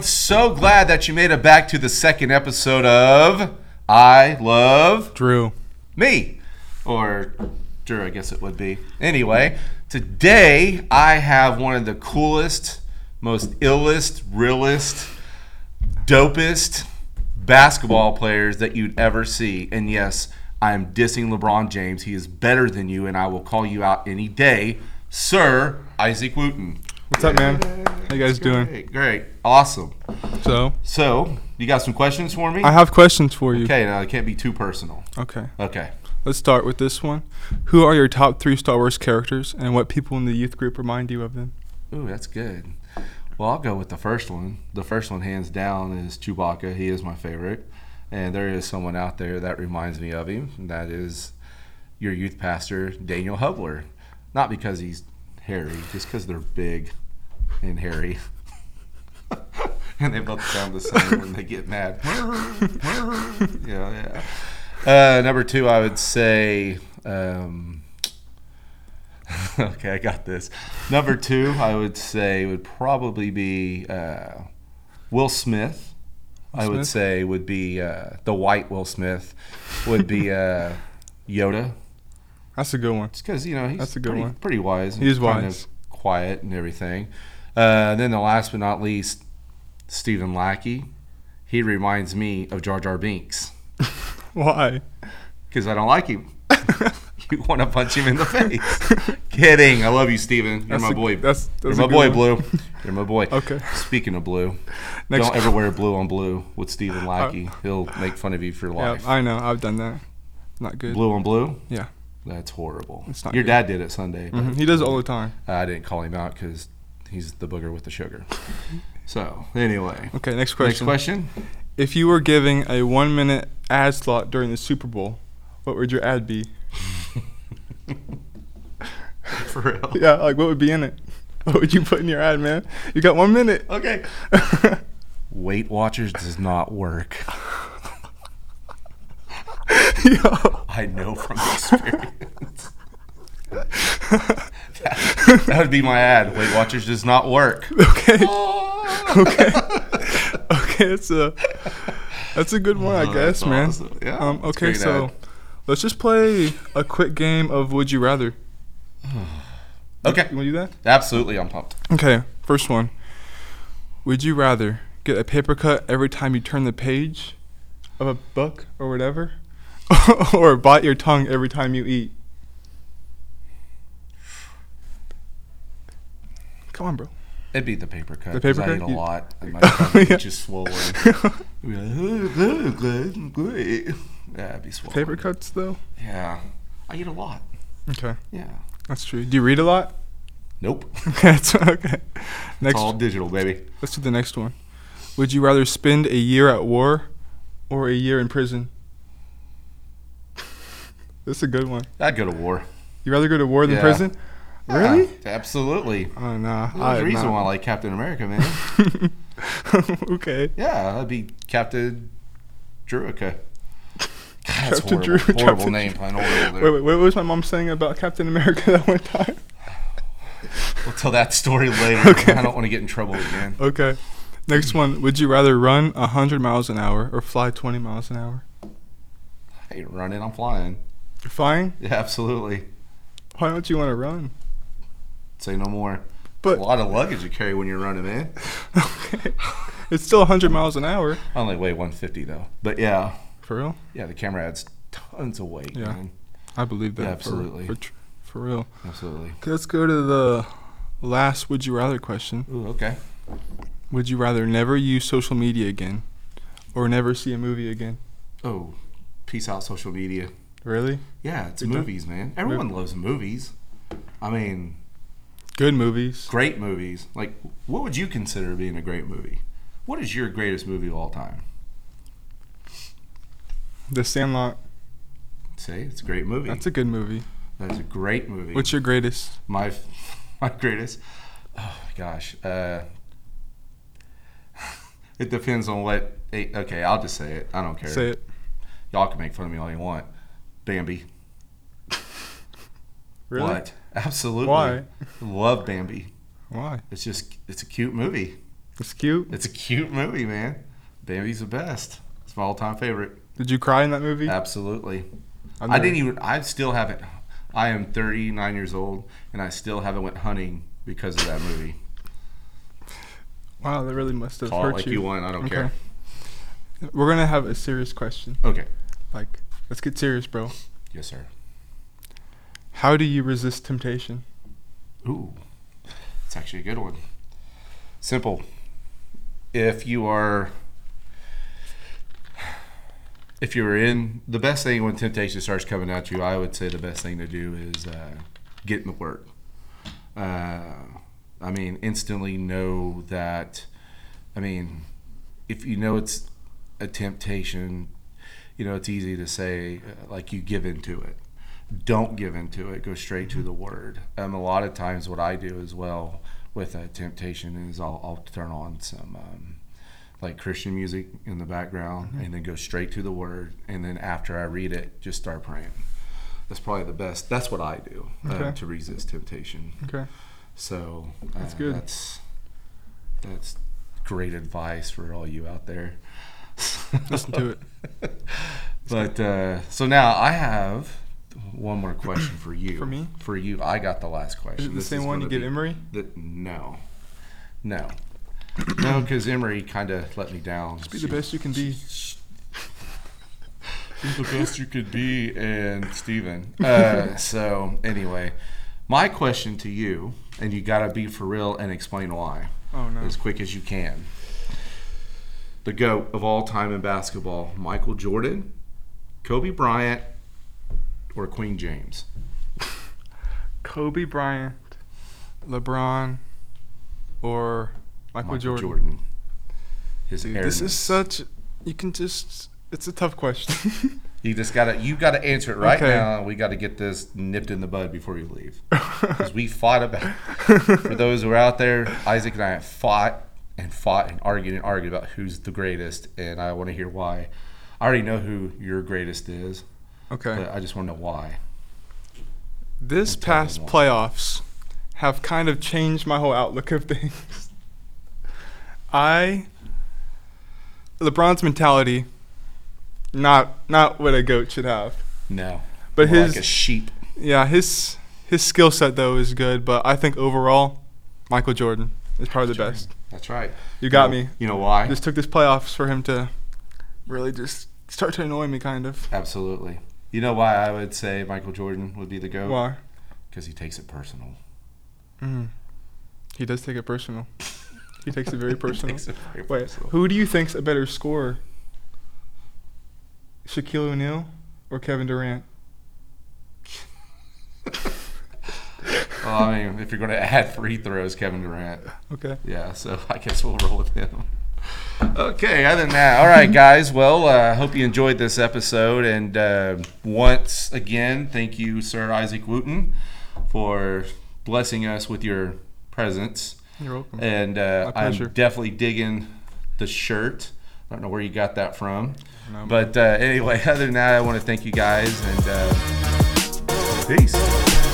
so glad that you made it back to the second episode of I Love Drew. Me. Or Drew, I guess it would be. Anyway, today I have one of the coolest, most illest, realest, dopest basketball players that you'd ever see. And yes, I'm dissing LeBron James. He is better than you, and I will call you out any day, Sir Isaac Wooten. What's up, man? How you guys doing? Great, great, awesome. So, So, you got some questions for me? I have questions for you. okay, now it can't be too personal. Okay. Okay. Let's start with this one. Who are your top three Star Wars characters, and what people in the youth group remind you of them? Ooh, that's good. Well, I'll go with the first one. The first one, hands down, is Chewbacca. He is my favorite. And there is someone out there that reminds me of him. And that is your youth pastor, Daniel Hubler. Not because he's hairy, just because they're big and hairy. and they both sound the same when they get mad. yeah, yeah. Uh, number two, I would say. Um, okay, I got this. Number two, I would say would probably be uh, Will Smith. I would Smith? say would be uh, the white Will Smith would be uh, Yoda. That's a good one. It's because you know he's That's a good pretty, one. pretty wise. and He is kind wise. of quiet and everything. Uh, then the last but not least, Stephen Lackey. He reminds me of Jar Jar Binks Why? because I don't like him. you want to punch him in the face? Kidding. I love you, Stephen. You're That's my a- boy. that's- that's You're a my boy, good Blue. You're my boy. Okay. Speaking of Blue, Next- Uh, don't ever wear blue on blue with Stephen Lackey. He'll make fun of you for Yeah, life. I know. I've done that. Not good. blue on blue. Yeah. That's horrible. It's not Your good. dad did it Sunday. Mhm. He does it all the time. I didn't call him out because he's the booger with the sugar. So anyway, Okay, next next question. question. If you were giving a one-minute ad slot during the Super Bowl, what would your ad be? For real. Yeah, like what would be in it? What would you put in your ad, man? You got one minute. Okay. Weight Watchers does not work. Yo. I know from experience. that, that would be my ad. Weight Watchers does not work. Okay. okay. Okay, that's a that's a good one, I Oh, guess, that's man. awesome. Yeah, um, that's okay, great so ad. let's just play a quick game of Would You Rather. You Okay. wanna do that? Absolutely, I'm pumped. Okay, first one. Would you rather get a paper cut every time you turn the page of a book or whatever, or bite your tongue every time you eat? Come on, bro. It'd be the paper cut. The 'cause paper I cut? eat a You- lot. And my stomach Yeah. just swollen. I'd be like, yeah, it'd be swollen. Paper cuts, though. Yeah. I eat a lot. Okay, Yeah. that's true. Do you read a lot? Nope. It's Okay, that's okay. Next, all digital, baby. let's do the next one. Would you rather spend a year at war or a year in prison? That's a good one. I'd go to war. You rather go to war than Yeah. prison? Really? Yeah, absolutely. Oh no. There's a I'm reason not. why I like Captain America, man. okay. yeah, I'd be Captain Druica. God, that's Captain horrible. Drew- horrible Captain name. Playing horrible there. Wait, wait, what was my mom saying about Captain America that one time? We'll tell that story later. Okay. I don't want to get in trouble again. Okay. Next one. Would you rather run 100 miles an hour or fly 20 miles an hour? I ain't running. I'm flying. You're flying? Yeah, absolutely. Why don't you want to run? Say no more. But- a lot of luggage you carry when you're running, man. Okay. It's still 100 miles an hour. I only weigh 150 though. But yeah, For real? yeah, the camera adds tons of weight. Yeah. man. I believe that. Yeah, for- absolutely. For, tr- for real. absolutely. Okay, let's go to the last would you rather question. Ooh, okay. Would you rather never use social media again or never see a movie again? Oh, peace out, social media. Really? Yeah, it's You're done? movies, man. Everyone loves movies. I mean, Good movies. great movies. Like, what would you consider being a great movie? What is your greatest movie of all time? The Sandlot. Say, it's a great movie. That's a good movie. That's a great movie. What's your greatest? my my greatest? Oh my gosh. Uh, it depends on what. eh, Okay, I'll just say it. I don't care. Say it. Y'all can make fun of me all you want. Bambi. Really? What? Absolutely. Why? Love Bambi. Why? It's just it's a cute movie. It's cute. It's a cute movie, man. Baby's the best. It's my all-time favorite. Did you cry in that movie? Absolutely. I've Uh, I never- didn't even. I still haven't. I am 39 years old, and I still haven't went hunting because of that movie. Wow, that really must have Call it hurt like you. you want. I don't care. We're gonna have a serious question. Okay. Like, let's get serious, bro. Yes, sir. How do you resist temptation? Ooh, it's actually a good one. Simple. If you are, if you're in the best thing when temptation starts coming at you, I would say the best thing to do is uh, get in the work. Uh, I mean, instantly know that. I mean, if you know it's a temptation, you know it's easy to say uh, like you give in to it don't give in to it. Go straight to the word. Um, a lot of times, what I do as well with a temptation is I'll, I'll turn on some um, like Christian music in the background and then go straight to the word. And then after I read it, just start praying. That's probably the best. That's what I do uh, Okay. to resist temptation. Okay. So uh, That's good. That's that's great advice for all you out there. Listen to it. But uh, so now I have one more question for you. For me? For you, I got the last question. Is it the This same one you gonna gave be Emery? The, no, no, no, because Emory kind of let me down. Be the best you can be. Be the best you could be, and Steven. Uh, so anyway, my question to you, and you gotta be for real and explain why Oh no. as quick as you can. The GOAT of all time in basketball, Michael Jordan, Kobe Bryant, or Queen James? Kobe Bryant, LeBron, or Michael, Jordan. His Dude, this this is such. You can just. It's a tough question. you just gotta you gotta answer it right Okay. now. We gotta get this nipped in the bud before you leave. Because we fought about for those who are out there, Isaac and I have fought and fought and argued and argued about who's the greatest and I wanna hear why. I already know who your greatest is, okay. but I just wanna know why. This tell them past why. playoffs have kind of changed my whole outlook of things. I LeBron's mentality not not what a goat should have. No. But More his- like a sheep. Yeah, his his skill set though is good, but I think overall Michael Jordan is probably the best. That's right. You got know- me. You know why? Just took this playoffs for him to really just start to annoy me kind of. Absolutely. You know why I would say Michael Jordan would be the goat? Why? Because he takes it personal. Mm. He does take it personal. He takes it very personal. takes it very Wait, personal. who do you think's a better scorer? Shaquille O'Neal or Kevin Durant? Well, I mean, if you're going to add free throws, Kevin Durant. Okay. Yeah, so I guess we'll roll with him. Okay, other than that, all right, guys. Well, I uh, hope you enjoyed this episode. And uh, once again, thank you, Sir Isaac Wooten, for blessing us with your presence. You're welcome. And uh, My I'm pleasure. definitely digging the shirt. I don't know where you got that from. No. But uh, anyway, other than that, I want to thank you guys and uh, peace.